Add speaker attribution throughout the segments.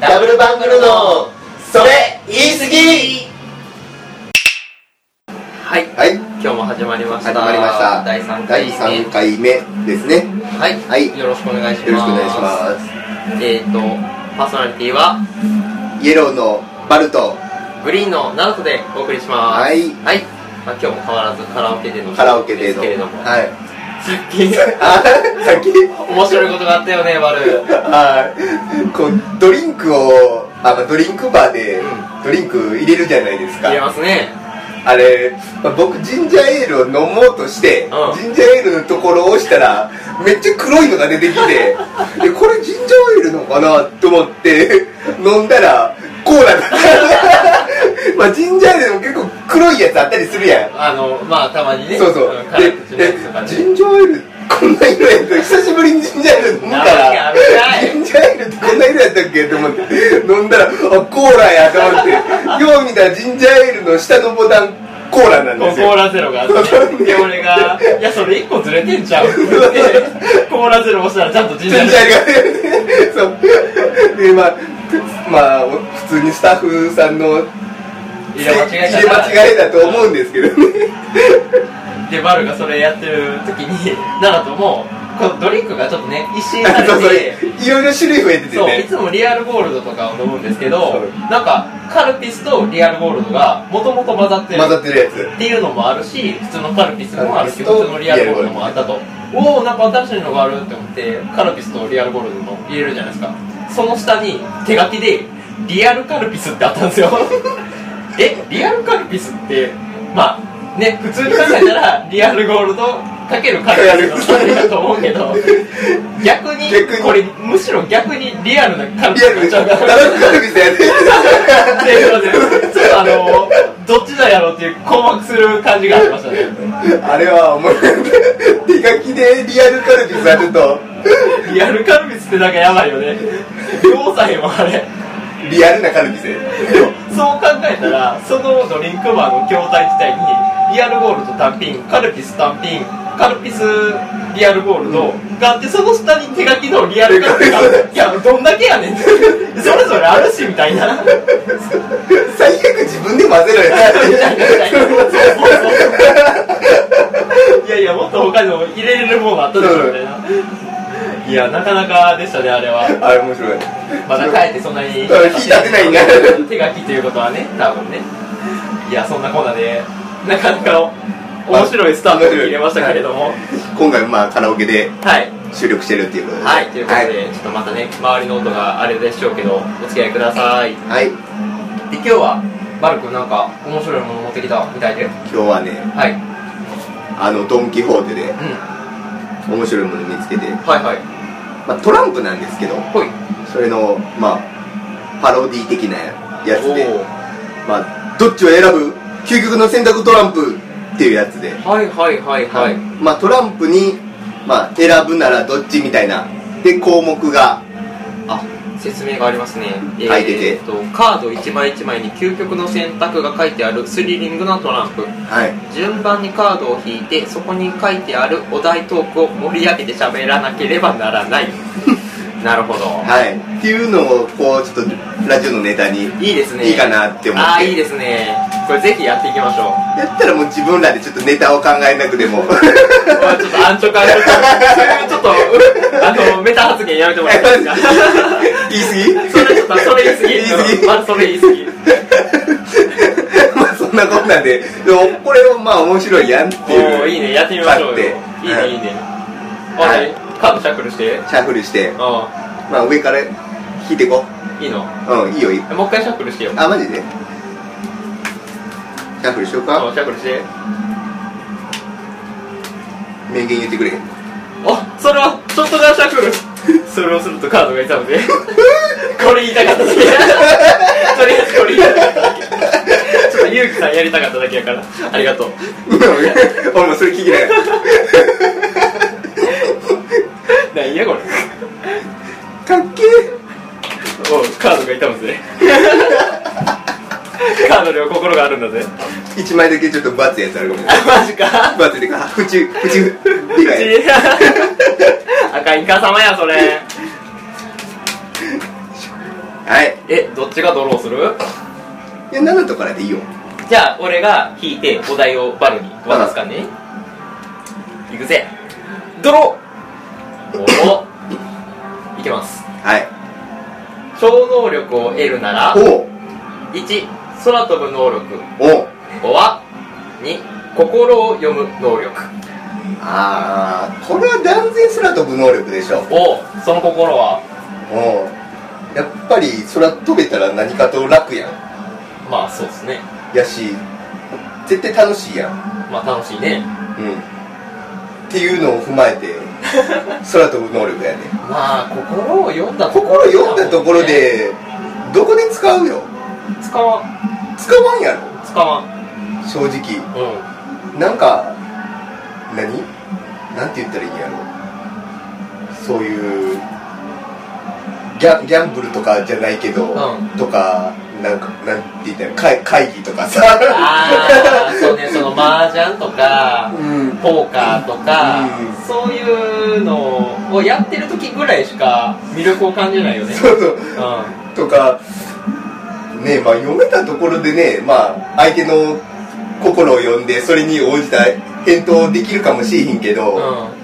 Speaker 1: ダブルバングルのそれ言い過ぎ
Speaker 2: はい
Speaker 1: はい
Speaker 2: 今日も始まりました
Speaker 1: 始まりました
Speaker 2: 第3回
Speaker 1: 第
Speaker 2: 目
Speaker 1: 3回目ですね
Speaker 2: はい、
Speaker 1: はい
Speaker 2: よろしくお願いします
Speaker 1: よろしくお願いしま
Speaker 2: えっ、とパーソナリティは
Speaker 1: すイエローのバルト
Speaker 2: グリーンのナルトでお送りします
Speaker 1: はい
Speaker 2: はい、まあ、今日も変わらずカラオケでの
Speaker 1: カラオケでの
Speaker 2: すけれども、
Speaker 1: はい
Speaker 2: さっき
Speaker 1: あさっき
Speaker 2: 面白いことがあったよねバル
Speaker 1: はいこうドリンクをあまあドリンクバーで
Speaker 2: うん
Speaker 1: ドリンク入れるじゃないですか
Speaker 2: 入れますね
Speaker 1: あれ、まあ僕ジンジャーエールを飲もうとして、
Speaker 2: うん
Speaker 1: ジンジャーエールのところを押したらめっちゃ黒いのが出てきてでこれジンジャーエールのかなと思って飲んだらコーラだった まあジンジャーエールでも結構黒いやつあったりするやん
Speaker 2: あのまあたまにね
Speaker 1: そうそう
Speaker 2: の辛口の
Speaker 1: で
Speaker 2: やつとか
Speaker 1: え
Speaker 2: ね
Speaker 1: ジンジャーエールこんな色やった久しぶりにジンジャーエール飲んだら
Speaker 2: なんか危ない
Speaker 1: ジンジャーエールってこんな色やったっけと思って飲んだらあコーラやと思ってよう見たらジンジャーエールの下のボタンコーラなん
Speaker 2: こ
Speaker 1: で
Speaker 2: う
Speaker 1: す
Speaker 2: コー
Speaker 1: よ
Speaker 2: ラゼロ があってで俺が「いやそれ1個ずれてんちゃう?」って言ってコーラゼロ押したらちゃんとジ
Speaker 1: ジ
Speaker 2: ン
Speaker 1: ン
Speaker 2: ジ
Speaker 1: ジ
Speaker 2: ャ
Speaker 1: ャ
Speaker 2: ー
Speaker 1: ー
Speaker 2: エール
Speaker 1: エールがそうでまあまあお普通にスタッフさんの
Speaker 2: 入れ間違えた
Speaker 1: 入れ
Speaker 2: な
Speaker 1: 間違えだと思うんですけどね
Speaker 2: でバルがそれやってる時に奈良ともこのドリンクがちょっとね一新さ
Speaker 1: あ
Speaker 2: れ
Speaker 1: そうそ
Speaker 2: て
Speaker 1: れいろいろ種類増えてて
Speaker 2: そうい
Speaker 1: ね
Speaker 2: つもリアルゴールドとかを飲むんですけど
Speaker 1: そう
Speaker 2: なんかカルピスとリアルゴールドがもともと混ざってる
Speaker 1: 混ざってるやつ
Speaker 2: っていうのもあるし普通のカルピスもあるし
Speaker 1: カルピスと
Speaker 2: 普通のリアルゴールドもあったとおおなんか新しいのがあるって思ってカルピスとリアルゴールドの入れるじゃないですかその下に手書きで「リアルカルピス」ってあったんですよ えリアルカルピスってまあね普通に考えたらリアルゴールドかけるカルピスの2人だと思うけ ど逆に
Speaker 1: 逆に
Speaker 2: これむしろ逆にリアルなカルピ
Speaker 1: リア
Speaker 2: スに
Speaker 1: ル
Speaker 2: なっちゃ
Speaker 1: でダラ
Speaker 2: うから
Speaker 1: クカルビスやね
Speaker 2: っていうのでちょっとあのどっちだやろうっていう困惑する感じがありましたね
Speaker 1: あれは思い出手書きでリアルカルピスはちょっと
Speaker 2: リアルカルピスってなんかやばいよね両サイもあれ
Speaker 1: リアルなカルピスや
Speaker 2: そう考えたらそのドリンクバーの筐体自体にリアルゴールド単品カルピス単品カルピスリアルゴールドがあってその下に手書きのリアルカルピスがあっていやどんだけやねんってそれぞれあるしみたいなみ
Speaker 1: 最悪自分で混ぜろよ
Speaker 2: たいなみたいなそうそうそういやいやもっと他にも入れれるものあったでしょみたいないやなかなかでしたねあれは
Speaker 1: あれ面白い
Speaker 2: まだ帰ってそんなに
Speaker 1: うん火立てないんだ
Speaker 2: 手書きということはね多分ねいやそんなこんなでなかなか面白いスタートを切れましたけれども
Speaker 1: 今回まあカラオケで
Speaker 2: はい
Speaker 1: 収録してるっていうことで
Speaker 2: はいということで、ちょっとまたね周りの音があれでしょうけどお付き合いくださいで
Speaker 1: はい、はい
Speaker 2: 今日はバル君なんか面白いもの持ってきたみたいで
Speaker 1: 今日はね
Speaker 2: はいうん
Speaker 1: あのドン・キホーテで
Speaker 2: は
Speaker 1: 面白いもの見つけて、
Speaker 2: いはい
Speaker 1: まあ、トランプなんですけど
Speaker 2: ほい
Speaker 1: それのまあパロディ的なやつで
Speaker 2: お
Speaker 1: まあどっちを選ぶ究極の選択トランプっていうやつで
Speaker 2: ーはいはいはいはい、
Speaker 1: まあ、トランプに、まあ、選ぶならどっちみたいなで項目が
Speaker 2: あ説明がありますね、え
Speaker 1: 書いてて
Speaker 2: ーっとカード1枚1枚に究極の選択が書いてあるスリリングなトランプ
Speaker 1: はい
Speaker 2: 順番にカードを引いてそこに書いてあるお題トークを盛り上げて喋らなければなら ないなるほど、
Speaker 1: はいっていうのをこうちょっとラジオのネタに
Speaker 2: い、いですね
Speaker 1: いいかなって思って
Speaker 2: ああいいですねこれぜひやっていきまし ょう
Speaker 1: やったらもう自分らでちょっとネタを考えなく ても
Speaker 2: これはちょっと安直安直 ちょっとあのメタ発言やめてもらっていいですか
Speaker 1: 言い過ぎ
Speaker 2: それちょっとそれ言い過ぎ
Speaker 1: 言い過ぎ
Speaker 2: まずそれ言い過ぎ
Speaker 1: まあそんなこんなんででもこれをまあ面白いやんっていう
Speaker 2: おおいいねやってみましょうよいいね
Speaker 1: 買
Speaker 2: いい
Speaker 1: って
Speaker 2: ね
Speaker 1: は
Speaker 2: あ
Speaker 1: い
Speaker 2: れカードシャッフルして
Speaker 1: シャッフルして、
Speaker 2: う
Speaker 1: まあ、上から引いてこ
Speaker 2: んいいの
Speaker 1: ううんいいよいいよ
Speaker 2: もう一回シャッフルしてよ
Speaker 1: あマジでシャッフルしようか
Speaker 2: うんシャッフルして
Speaker 1: 名言言ってくれへん
Speaker 2: あそれはちょっとだけシャッフルそれをするとカードが痛むぜこれ言いたかっただけとりあえずこれ言いたかっただけちょっとゆうきさんやりたかっただけやからありがとう
Speaker 1: 俺もそれ聞きながら
Speaker 2: 何やこれ
Speaker 1: かっけ
Speaker 2: おうカードが痛むぜカードには心があるんだぜ
Speaker 1: え一枚だけちょっとバツやつあるか も
Speaker 2: あマジか
Speaker 1: バツでか縁縁
Speaker 2: う
Speaker 1: 以外
Speaker 2: ち赤いイカ様やそれ
Speaker 1: はい
Speaker 2: えどっちがドローする
Speaker 1: いや7とからでいいよ
Speaker 2: じゃあ俺が引いてお題をバルに渡すかねいくぜドローおおいきます
Speaker 1: はい
Speaker 2: 超能力を得るなら
Speaker 1: おう
Speaker 2: 1空飛ぶ能力
Speaker 1: おう
Speaker 2: 5は2心を読む能力
Speaker 1: ああこれは断然空飛ぶ能力でしょ
Speaker 2: おおその心は
Speaker 1: おうやっぱり空飛べたら何かと楽やん
Speaker 2: まあそうですね
Speaker 1: やし絶対楽しいやん
Speaker 2: まあ楽しいね
Speaker 1: うんっていうのを踏まえ て空飛ぶ能力やね
Speaker 2: まあ心を読んだところ
Speaker 1: 心読んだところでどこで使うよ
Speaker 2: 使わん
Speaker 1: 使わんやろ
Speaker 2: 使わん
Speaker 1: 正直
Speaker 2: うん
Speaker 1: なんか何なんて言ったらいいんやろそういうギャギャンブルとかじゃないけど、
Speaker 2: うん
Speaker 1: とかなんかなんて言ったらいい会会議とかさ
Speaker 2: ああそうねその麻雀と か
Speaker 1: うん
Speaker 2: ポーカーとか、
Speaker 1: うん
Speaker 2: そういうのをやってる時ぐらいしか魅力を感じないよね
Speaker 1: そうそう
Speaker 2: うん
Speaker 1: とかねまあ読めたところでねまあ相手の心を読んでそれに応じた返答できるかもしれへんけど、
Speaker 2: うん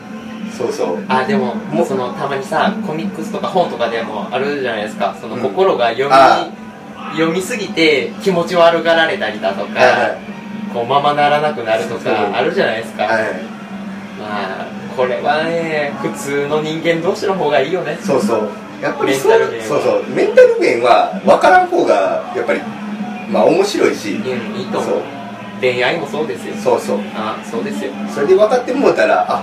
Speaker 1: そうそう
Speaker 2: あでももうそのたまにさコミックスとか本とかでもあるじゃないですかその
Speaker 1: うん
Speaker 2: 心が読み、
Speaker 1: あ
Speaker 2: 読みすぎて気持ち悪がられたりだとか、
Speaker 1: はい
Speaker 2: こうままならなくなると
Speaker 1: そう
Speaker 2: かあるじゃないですか、
Speaker 1: は
Speaker 2: まあこれはね普通の人間同士の方がいいよね
Speaker 1: いそうそうやっぱりそ
Speaker 2: メンタル
Speaker 1: う
Speaker 2: 面は
Speaker 1: そうそうメンタル面は分からん方がやっぱりまあ面白いし
Speaker 2: うんいいと
Speaker 1: そ
Speaker 2: 思う
Speaker 1: う
Speaker 2: 恋愛もそうですよ
Speaker 1: そうそう
Speaker 2: あそうですよ
Speaker 1: それで分かってもうたらあ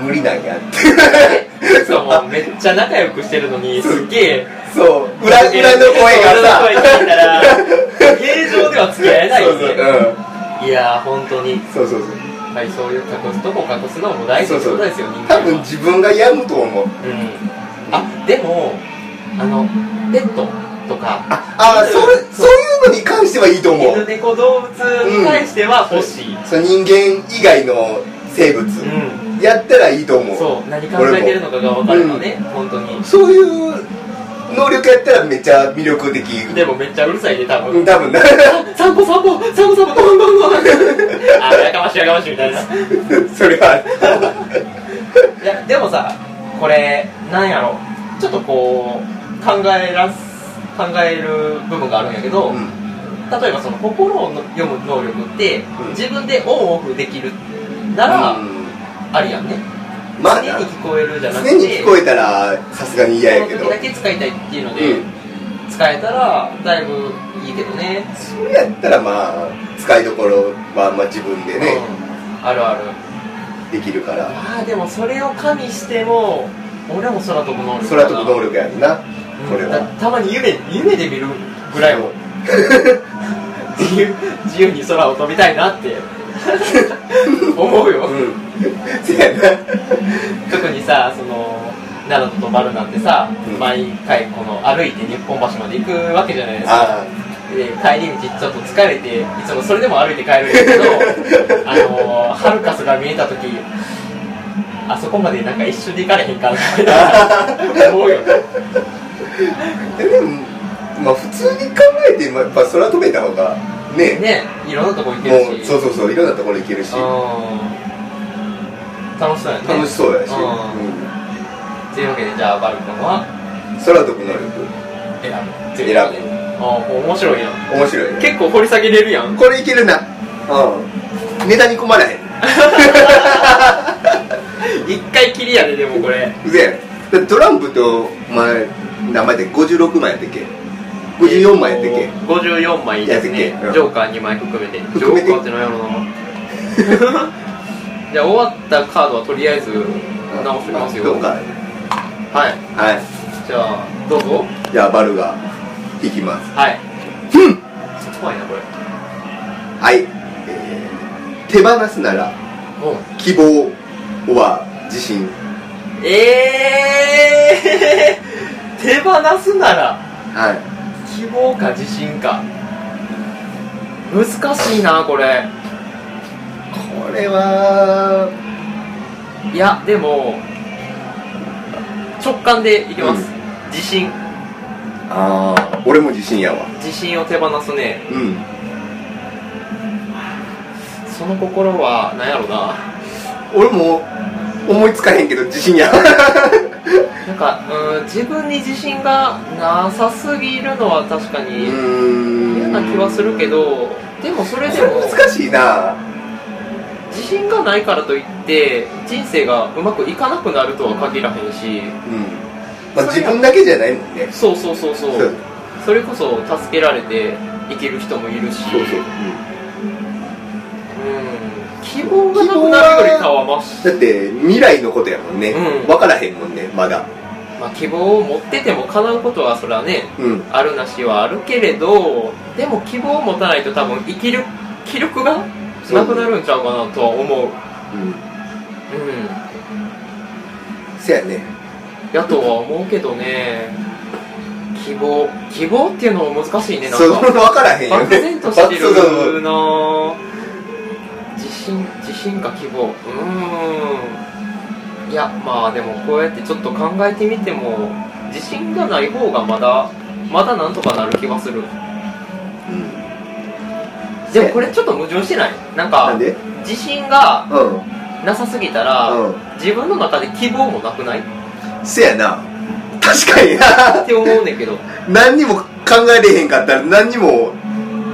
Speaker 1: 無理なんやって
Speaker 2: いつももうめっちゃ仲良くしてるのにすっげえ
Speaker 1: そう裏裏の声がさ
Speaker 2: 裏の声聞いたら平常では付き合えない
Speaker 1: そ
Speaker 2: よ
Speaker 1: うそう、
Speaker 2: ねいやー本当にや
Speaker 1: うん、そうそうそ
Speaker 2: っ
Speaker 1: う
Speaker 2: ぱりそういう隠すとこ隠すのも大事ってことですよ人間
Speaker 1: 多
Speaker 2: は
Speaker 1: 分自分が病むと思う
Speaker 2: うんあでもあのペットとか
Speaker 1: ああそれそういうのに関してはいいと思
Speaker 2: 犬
Speaker 1: う
Speaker 2: 猫動物に対しては欲しい、
Speaker 1: そう人間以外の生物、
Speaker 2: うん
Speaker 1: やったらいいと思う
Speaker 2: そう何考えてるのかが分かるのね、本当に
Speaker 1: そういう能力やったらめっちゃ魅力的
Speaker 2: でもめっちゃうるさいね多
Speaker 1: う
Speaker 2: 分
Speaker 1: ん多分な
Speaker 2: あ散歩散歩散歩散歩ゴンゴンゴンあやかましいやかましいみたいない
Speaker 1: それは
Speaker 2: やでもさこれなんやろちょっとこう考えらす考える部分があるんやけど、
Speaker 1: うん
Speaker 2: 例えばその心を読む能力って、
Speaker 1: うん
Speaker 2: 自分でオンオフできるなら、
Speaker 1: うん
Speaker 2: ありやんね
Speaker 1: まあ
Speaker 2: 常
Speaker 1: な
Speaker 2: に聞こえるじゃなくて
Speaker 1: 常に聞こえたらさすがに嫌やけ
Speaker 2: そ
Speaker 1: ど
Speaker 2: の時だけ使いたいっていうので、
Speaker 1: うん
Speaker 2: 使えたらだいぶいいけどね
Speaker 1: それやったらまあ使いどころはまあ自分でね、
Speaker 2: うん、あるある
Speaker 1: できるから
Speaker 2: ああでもそれを加味しても俺も空飛ぶ能力
Speaker 1: 空飛ぶ能力やんなこれ
Speaker 2: うん
Speaker 1: は
Speaker 2: だたまに夢夢で見るぐらいも自由自由に空を飛びたいなって 思うよ、
Speaker 1: うん せやな
Speaker 2: 特にさその奈良とバルなんてさ、
Speaker 1: うん
Speaker 2: 毎回この歩いて日本橋まで行くわけじゃないですか
Speaker 1: あ
Speaker 2: で帰り道ちょっと疲れていつもそれでも歩いて帰るんですけ どあのー春かすが見えた時あそこまでなんか一緒で行かれへんかなみたいな思うよね
Speaker 1: あでもまあ普通に考えてまあやっぱ空飛べた方がね
Speaker 2: ねいろんなとこ行けるし
Speaker 1: もうそうそうそういろんなところ行けるし
Speaker 2: うん楽しそうやね
Speaker 1: 楽しそうやし、
Speaker 2: うん
Speaker 1: うん
Speaker 2: というわけでじゃあバルコンは
Speaker 1: 空飛ぶ能力
Speaker 2: 選ぶと
Speaker 1: 選
Speaker 2: いうことで
Speaker 1: ぶ
Speaker 2: あー面白いやん
Speaker 1: 面白いね
Speaker 2: 結構掘り下げれるやん
Speaker 1: これいけるなうんネタに困ら へん
Speaker 2: 一回きりやででもこれ
Speaker 1: うぜえでトランプとお前名前で56枚やったっけ54枚やったっけ、
Speaker 2: 54枚ですね
Speaker 1: やったっけうん
Speaker 2: ジョーカー2枚含めてジ
Speaker 1: 含
Speaker 2: ョ
Speaker 1: め
Speaker 2: ー
Speaker 1: て
Speaker 2: カーって何やろ なじゃあ終わったカードはとりあえず直してみますよ
Speaker 1: どうか
Speaker 2: はい
Speaker 1: はい
Speaker 2: じゃあどうぞ
Speaker 1: じゃあバルがいきます
Speaker 2: はい
Speaker 1: うん
Speaker 2: 怖いなこれ
Speaker 1: はい、えー手放すなら希望は自信
Speaker 2: ええー、 手放すなら
Speaker 1: は
Speaker 2: 希望か自信か難しいなこれ
Speaker 1: いこれはい
Speaker 2: やでも直感でいきます、自信
Speaker 1: ああ俺も自信やわ
Speaker 2: 自信を手放すね
Speaker 1: うん
Speaker 2: その心は何やろうな
Speaker 1: 俺も思いつかへんけど自信や
Speaker 2: なんかうん自分に自信がなさすぎるのは確か
Speaker 1: う
Speaker 2: に
Speaker 1: ーん
Speaker 2: 嫌な気はするけどでもそれで
Speaker 1: それ
Speaker 2: も
Speaker 1: 難しいな
Speaker 2: 自信がないからといって人生がうまくいかなくなるとは限らへんし
Speaker 1: うん、まあ、自分だけじゃないもんね
Speaker 2: そうそうそうそ
Speaker 1: そう
Speaker 2: うそれこそ助けられて生きる人もいるし
Speaker 1: そうそう、
Speaker 2: うん希望がなくなるよりかはまし
Speaker 1: だって未来のことやもんね、
Speaker 2: うん
Speaker 1: 分からへんもんねまだ
Speaker 2: まあ希望を持ってても叶うことはそれはね
Speaker 1: うん
Speaker 2: あるなしはあるけれどでも希望を持たないと多分生きる気力がなくなるんちゃうかなとは思う
Speaker 1: うん
Speaker 2: う
Speaker 1: せやね
Speaker 2: んやとは思うけどね希望希望っていうのも難しいねな
Speaker 1: そうん分
Speaker 2: か
Speaker 1: からへんよ
Speaker 2: 漠
Speaker 1: ね
Speaker 2: 然として
Speaker 1: そうそうそう
Speaker 2: るな自信自信か希望うーんいやまあでもこうやってちょっと考えてみても自信がない方がまだまだなんとかなる気はする
Speaker 1: うん
Speaker 2: でもこれちょっと矛盾してないなん
Speaker 1: なん
Speaker 2: か
Speaker 1: で
Speaker 2: 自信が
Speaker 1: うん
Speaker 2: なさすぎたら、
Speaker 1: うん
Speaker 2: 自分の中で希望もなくないっ
Speaker 1: せやな確かに な
Speaker 2: て思うねんけど
Speaker 1: 何にも考えれへんかったら何にも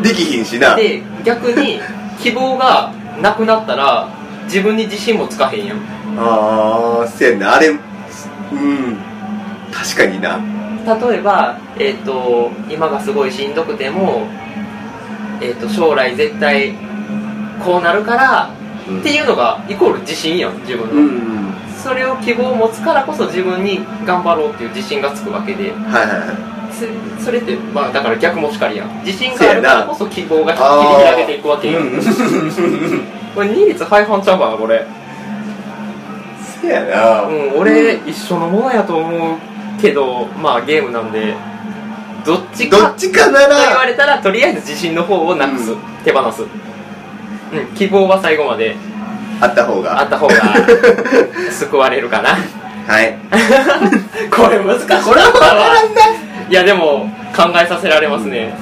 Speaker 1: できひんしな
Speaker 2: で逆に希望がなくなったら自分に自信もつかへんやん
Speaker 1: ああせやなあれうん確かにな
Speaker 2: 例えば、えっと今がすごいしんどくても、えっと将来絶対こうなるから
Speaker 1: うん
Speaker 2: っていうのがイコール自信やん自分の、
Speaker 1: うん
Speaker 2: それを希望を持つからこそ自分に頑張ろうっていう自信がつくわけで
Speaker 1: はいはいはい
Speaker 2: そそれってまあだから逆もしかりやん自信があるからこそ希望が切
Speaker 1: あー
Speaker 2: り開けていくわけやんこれ二律背反ちゃうかなこれ
Speaker 1: せやな
Speaker 2: うん俺、
Speaker 1: うん
Speaker 2: 一緒のものやと思うけどまあゲームなんでどっちか
Speaker 1: どっちかな
Speaker 2: と言わ
Speaker 1: ら
Speaker 2: れたらとりあえず自信の方をなくす、
Speaker 1: うん
Speaker 2: 手放す、うん、希望は最後まで
Speaker 1: あった方
Speaker 2: あ
Speaker 1: が
Speaker 2: った方が 救われるかな
Speaker 1: はい
Speaker 2: これ難しい
Speaker 1: これは分からん
Speaker 2: いやでも考えさせられますね、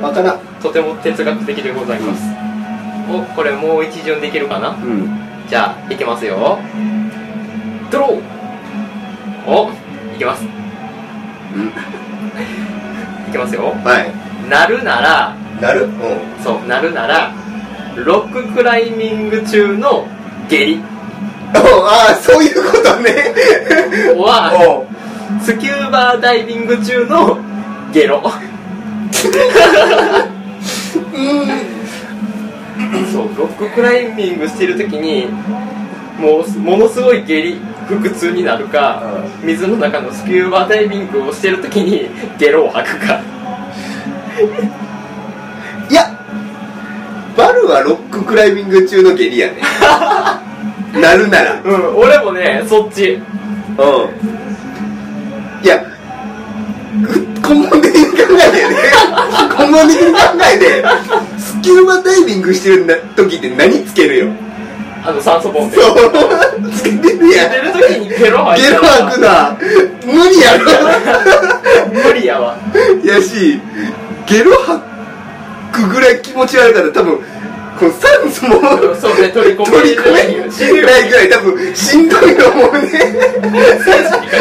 Speaker 1: な分からん
Speaker 2: とても哲学的でございます、おこれもう一巡できるかな
Speaker 1: うん
Speaker 2: じゃあいきますよドローおいきますいきますよ
Speaker 1: はい
Speaker 2: なるなら
Speaker 1: なるうん
Speaker 2: そうなるならロッククライミング中の下痢
Speaker 1: ああそういうことね
Speaker 2: は
Speaker 1: おう
Speaker 2: スキューバーダイビング中のゲロそうロッククライミングしてる時にもうものすごい下痢腹痛になるか水の中のスキューバーダイビングをしてる時にゲロを吐くか
Speaker 1: いやバルはロッククライミング中の下痢や ねなるならうん
Speaker 2: うん俺もねそっち
Speaker 1: いやぐ根本的 に考えてね根本的に考えてスキューバダイビングしてるな時って何つけるよ
Speaker 2: あの酸素ボンベ
Speaker 1: そうつけてるやん
Speaker 2: 寝てる時にゲロ吐い
Speaker 1: ゲ
Speaker 2: た
Speaker 1: ロ
Speaker 2: ら
Speaker 1: 吐くな無理やろ
Speaker 2: 無理やわ
Speaker 1: やしゲロ吐くぐらい気持ち悪かったら多分この酸素も
Speaker 2: そうね取り込め
Speaker 1: 取り込め
Speaker 2: る死ぬよ
Speaker 1: ないぐらい多分しんどいと思うね
Speaker 2: 生死に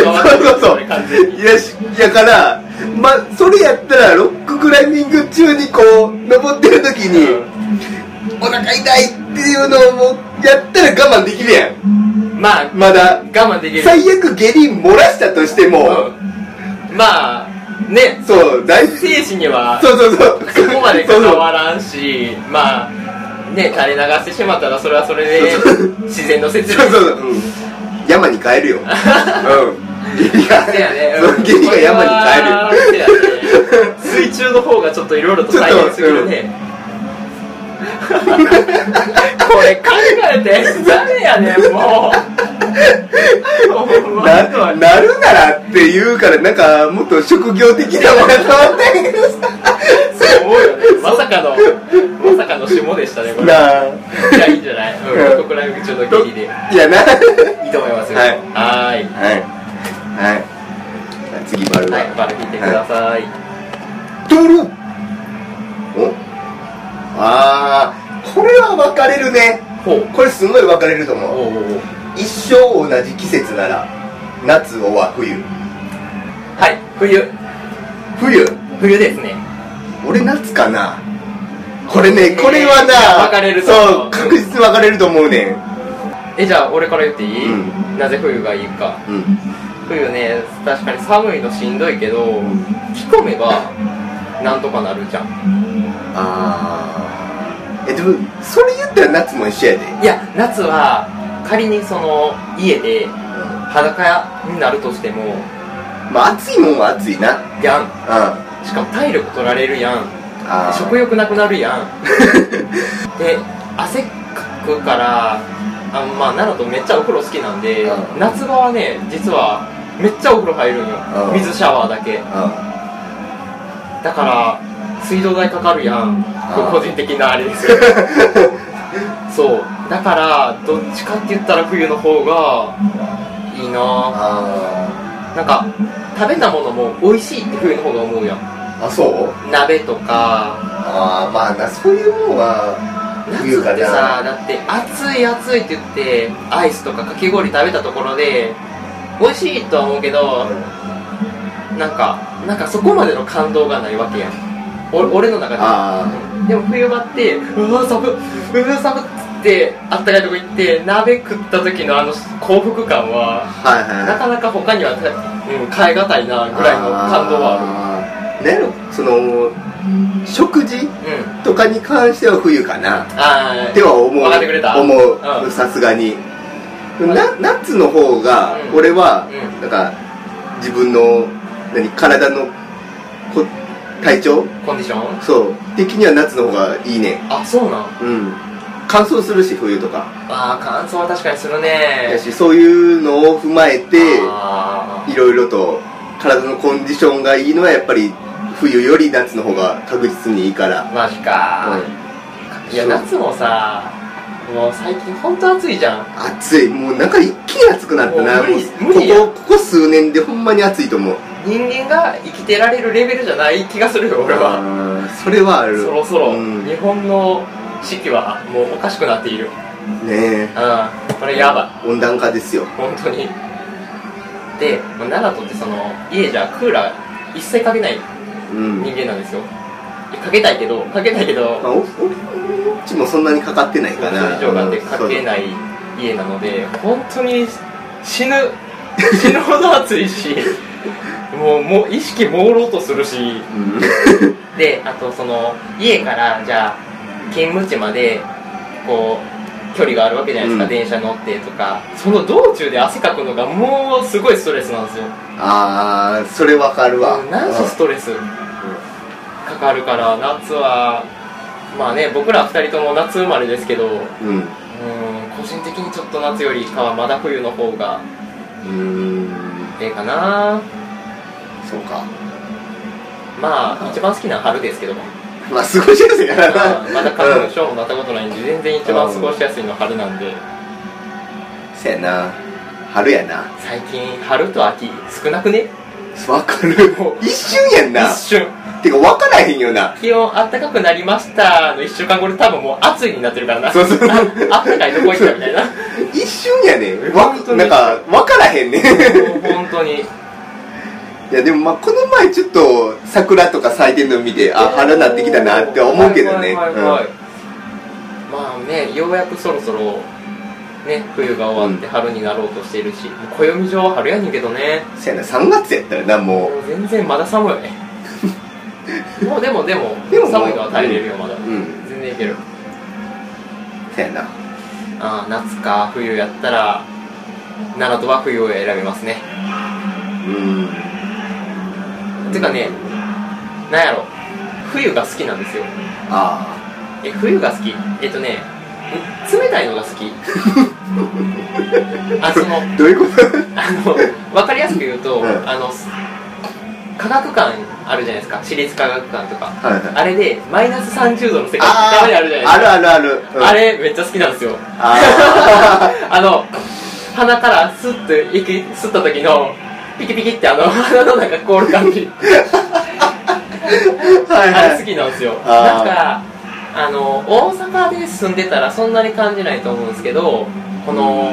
Speaker 2: 関わってる
Speaker 1: そうそう
Speaker 2: これ完全に
Speaker 1: いやしやからまあそれやったらロッククライミング中にこう登ってる時にお腹痛いっていうのをやったら我慢できるやん
Speaker 2: うんまあ
Speaker 1: まだ
Speaker 2: 我慢できる
Speaker 1: 最悪下痢漏らしたとしても
Speaker 2: うんまあね
Speaker 1: そう大事
Speaker 2: 生死には
Speaker 1: そうそうそう
Speaker 2: そこまで関わらんしまあね垂れ流してしまったらそれはそれで
Speaker 1: そうそ
Speaker 2: 自然の説
Speaker 1: そうそ
Speaker 2: 明
Speaker 1: うそう、うん、山に帰るようん下痢が
Speaker 2: せやね
Speaker 1: そう下痢が山に帰る
Speaker 2: 帰る水中の方がちょっといろいろと大変すぎるねこれ考えてダメやねんもうほんま
Speaker 1: な
Speaker 2: には
Speaker 1: なるならって言うからなんかもっと職業的なものだと思ったけどさ
Speaker 2: そう思うよねまさかのまさかの下でしたねこれ
Speaker 1: なあ
Speaker 2: じゃあいいんじゃないうん僕ら中のギリで
Speaker 1: いやなはい
Speaker 2: いいと思いますよ
Speaker 1: はい
Speaker 2: はーい
Speaker 1: はいはい次丸は
Speaker 2: はい、バル見てください。
Speaker 1: ドロンおあーこれは分かれるね
Speaker 2: ほう。
Speaker 1: これすごい分かれると
Speaker 2: おう
Speaker 1: 思う
Speaker 2: おうおう
Speaker 1: 一生同じ季節なら夏おは冬
Speaker 2: はい、冬。
Speaker 1: 冬
Speaker 2: 冬ですね。
Speaker 1: 俺夏かなこれねこれは
Speaker 2: いや
Speaker 1: な
Speaker 2: 分かれると思う
Speaker 1: そう確実に分かれると思うねん
Speaker 2: え、じゃあ俺から言っていい、
Speaker 1: う
Speaker 2: なぜ冬がいいか。
Speaker 1: うん
Speaker 2: 冬ね、確かに寒いのしんどいけど、着込めば、なんとかなるじゃん。
Speaker 1: ああえでもそれ言ったら夏も一緒やで
Speaker 2: いや、夏は、仮にその、家で、裸になるとしても、
Speaker 1: まあ暑いもんは暑いなうん
Speaker 2: やん。
Speaker 1: あ
Speaker 2: しかも体力取られるやん。
Speaker 1: あ
Speaker 2: 食欲なくなるや んで汗かくからあまあ奈良とめっちゃお風呂好きなんで、
Speaker 1: うん
Speaker 2: 夏場はね実はめっちゃお風呂入るんよ、
Speaker 1: うん
Speaker 2: 水シャワーだけ
Speaker 1: あ
Speaker 2: だから水道代かかるやん、
Speaker 1: うん
Speaker 2: 個人的なあれ ですけどそうだからどっちかって言ったら冬の方がいいな
Speaker 1: あ
Speaker 2: なんか食べたものも美味しいって冬の方が思うやん
Speaker 1: あそう
Speaker 2: 鍋とか
Speaker 1: ああまあなそういうもんは冬
Speaker 2: 夏
Speaker 1: か
Speaker 2: ってさ
Speaker 1: な
Speaker 2: だって暑い暑いって言ってアイスとかかき氷食べたところで美味しいとは思うけどなんかなんかそこまでの感動がないわけやんお俺の中で
Speaker 1: あ
Speaker 2: でも冬場ってうわ寒っうわ寒っつってあったかいとこ行って鍋食った時のあの幸福感は
Speaker 1: あはいはい
Speaker 2: なかなか他には、うん、変え難いなぐらいの感動はあ
Speaker 1: あるねその食事
Speaker 2: るうん
Speaker 1: とかに関しては冬かな
Speaker 2: ああ
Speaker 1: では思う
Speaker 2: 分かってくれた
Speaker 1: 思
Speaker 2: う
Speaker 1: うんさすがにな夏の方が
Speaker 2: うん
Speaker 1: 俺は
Speaker 2: うん
Speaker 1: なんか自分の何体のこ体調
Speaker 2: コンディション
Speaker 1: そう的には夏の方がいいね
Speaker 2: あそうなん
Speaker 1: うん乾燥するし冬とか
Speaker 2: ああ乾燥は確かにするね
Speaker 1: やしそういうのを踏まえて
Speaker 2: あ
Speaker 1: いろいろと体のコンディションがいいのはやっぱり冬より夏の方が確実にいいから、
Speaker 2: ーマジか
Speaker 1: うん
Speaker 2: いや
Speaker 1: そう
Speaker 2: 夏もさもう最近本当暑いじゃん
Speaker 1: 暑いもうなんか一気に暑くなった
Speaker 2: もう
Speaker 1: な
Speaker 2: 無理
Speaker 1: も
Speaker 2: 無
Speaker 1: う
Speaker 2: 理や
Speaker 1: ここここ数年でほんまに暑いと思う
Speaker 2: 人間が生きてられるレベルじゃない気がするよ俺は
Speaker 1: はそれはある
Speaker 2: そろそろ
Speaker 1: うん
Speaker 2: 日
Speaker 1: ね
Speaker 2: 本の四季はもうおかしくなっている
Speaker 1: え
Speaker 2: うんこれやば
Speaker 1: 温暖化ですよ
Speaker 2: い本当にでもう奈良とってその家じゃクーラー一切かけないう人
Speaker 1: ん、ま
Speaker 2: 間なんですよいやかけたいけどかけたいけど
Speaker 1: あ、お俺っちもそんなにかかってないかな
Speaker 2: 通常がでかけない家なので本当に死ぬ 死ぬほど暑いし もうもう意識朦朧とするし
Speaker 1: うん
Speaker 2: であとその家からじゃあ勤務地までこう距離があるわけじゃないですか、
Speaker 1: うん
Speaker 2: 電車乗ってとかその道中で汗かくのがもうすごいストレスなんですよ
Speaker 1: ああそれわかるわ
Speaker 2: なんせストレスかかるから夏はまあね僕ら2人とも夏生まれですけど
Speaker 1: うん
Speaker 2: うん個人的にちょっと夏よりかはまだ冬の方が
Speaker 1: うん
Speaker 2: ええかな
Speaker 1: そうか
Speaker 2: まあ一番好きなのは春ですけ ども
Speaker 1: まあ過ごしやすいから
Speaker 2: まあ
Speaker 1: な
Speaker 2: まだ花
Speaker 1: う
Speaker 2: 粉
Speaker 1: ん
Speaker 2: 症もなったことないんで全然一番過ごしやすいのは春なんで
Speaker 1: そやな春やな
Speaker 2: 最近春と秋少なくね
Speaker 1: わかる一瞬やんな
Speaker 2: 一瞬
Speaker 1: てかわからへんよな
Speaker 2: 気温あったかくなりましたの1週間後で多分もう暑いになってるからな
Speaker 1: そうそうそう
Speaker 2: ああったかいとこ行ったみたい なも
Speaker 1: 一瞬やねわ
Speaker 2: 本当に
Speaker 1: なんかわからへんね
Speaker 2: う 本当に
Speaker 1: いやでもまあこの前ちょっと桜とか咲いてるの見てあ春なってきたなって思うけど
Speaker 2: は
Speaker 1: ね
Speaker 2: いはいはいはいまあねようやくそろそろね冬が終わって春になろうとしているし、もう暦上は春やねんけどね
Speaker 1: うんそやな3月やったらなも
Speaker 2: もう全然まだ寒 いもうでもでも
Speaker 1: でも
Speaker 2: 寒いのは耐えれるよまだ、
Speaker 1: ううん
Speaker 2: 全然いける
Speaker 1: そやな
Speaker 2: ああ夏か冬やったら奈良とは冬を選びますね
Speaker 1: うん
Speaker 2: てかねなんやろ冬が好きなんですよ
Speaker 1: あ
Speaker 2: え冬が好きえっとねん冷たいのが好 きあその
Speaker 1: あ どういうこと
Speaker 2: あの分かりやすく言うと、
Speaker 1: うん
Speaker 2: あの科学館あるじゃないですか私立科学館とか
Speaker 1: はいはい
Speaker 2: あれでマイナス30度の世界
Speaker 1: あ
Speaker 2: たまに
Speaker 1: ー
Speaker 2: あるじゃないですか
Speaker 1: あるあるある、うん
Speaker 2: あれめっちゃ好きなんですよ
Speaker 1: あ
Speaker 2: あの鼻からスッと息吸った時のピキピキってあの鼻の中凍る感じ
Speaker 1: は
Speaker 2: あれ好きなんですよだ
Speaker 1: あー
Speaker 2: からあの大阪で住んでたらそんなに感じないと思うんですけどこの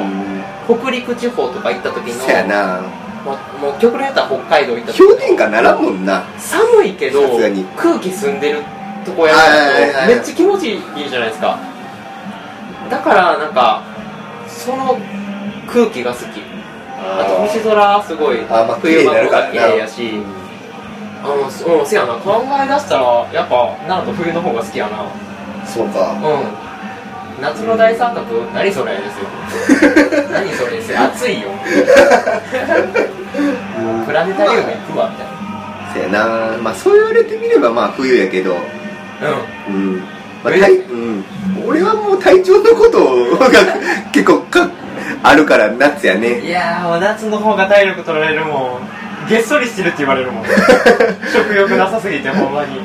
Speaker 2: 北陸地方とか行った時
Speaker 1: そや
Speaker 2: の
Speaker 1: な
Speaker 2: もうもう極論言ったら北海道行った時
Speaker 1: 氷点下ならんもんな
Speaker 2: 寒いけど
Speaker 1: さすがに
Speaker 2: 空気澄んでるとこや
Speaker 1: はいはいはい
Speaker 2: る
Speaker 1: はい
Speaker 2: とめっちゃ気持ちいいじゃないですかだからなんかその空気が好きあと星空すごい
Speaker 1: あーまあ
Speaker 2: 冬場とか
Speaker 1: 綺麗
Speaker 2: 綺麗
Speaker 1: になるからな
Speaker 2: やしあのうんせやな考え出したらやっぱなんと冬の方が好きやなう
Speaker 1: そうか
Speaker 2: ん夏の大三角何それですよ 何それですよ暑いよプラネタリウム行くわみたい
Speaker 1: そやなまあそう言われてみればまあ冬やけど
Speaker 2: なうん
Speaker 1: うんまあ、
Speaker 2: え
Speaker 1: 体うん俺はもう体調のことが結構かあるから夏やね
Speaker 2: いやー、お夏の方が体力取られるもん。げっそりしてるって言われるもん。食欲なさすぎて、ほんまに。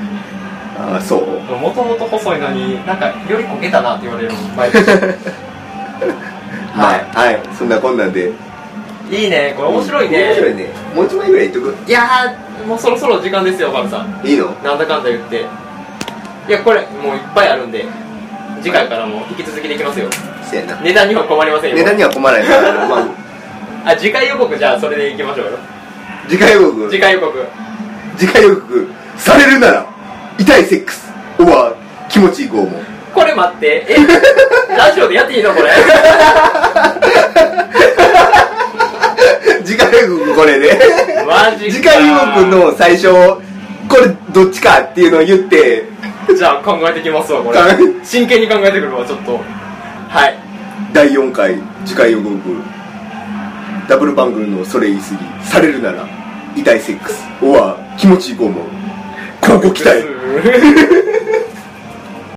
Speaker 1: ああそう
Speaker 2: もともと細いのに、なんか、よりこけたなって言われるもん、毎年。
Speaker 1: はい、はい、そんなこんなんで
Speaker 2: いいね、これ面白いね。
Speaker 1: 面白いねもう一枚ぐらいいっとく
Speaker 2: いやー、もうそろそろ時間ですよ、バルさん。
Speaker 1: いいの
Speaker 2: なんだかんだ言って。いや、これ、もういっぱいあるんで、次回からも引き続きできますよ。
Speaker 1: せやな
Speaker 2: 値段には困りませんよ。
Speaker 1: 値段には困らないから、まあ、
Speaker 2: あ、次回予告じゃあ、それでいきましょうよ。
Speaker 1: 次回予告
Speaker 2: 次回予告。
Speaker 1: 次回予告されるなら痛いセックスおわ気持ちいい拷問
Speaker 2: これ待って、えラジオでやっていいのこれ。
Speaker 1: 次回予告これで
Speaker 2: マジか
Speaker 1: 次回予告の最初これどっちかっていうのを言って
Speaker 2: じゃあ考えてきますわこれ
Speaker 1: はい
Speaker 2: 真剣に考えてくるわちょっとはい
Speaker 1: 第4回次回予告ダブルバングルのそれ言い過ぎされるなら痛いセックスおわ気持ちいい拷問交互期待
Speaker 2: うー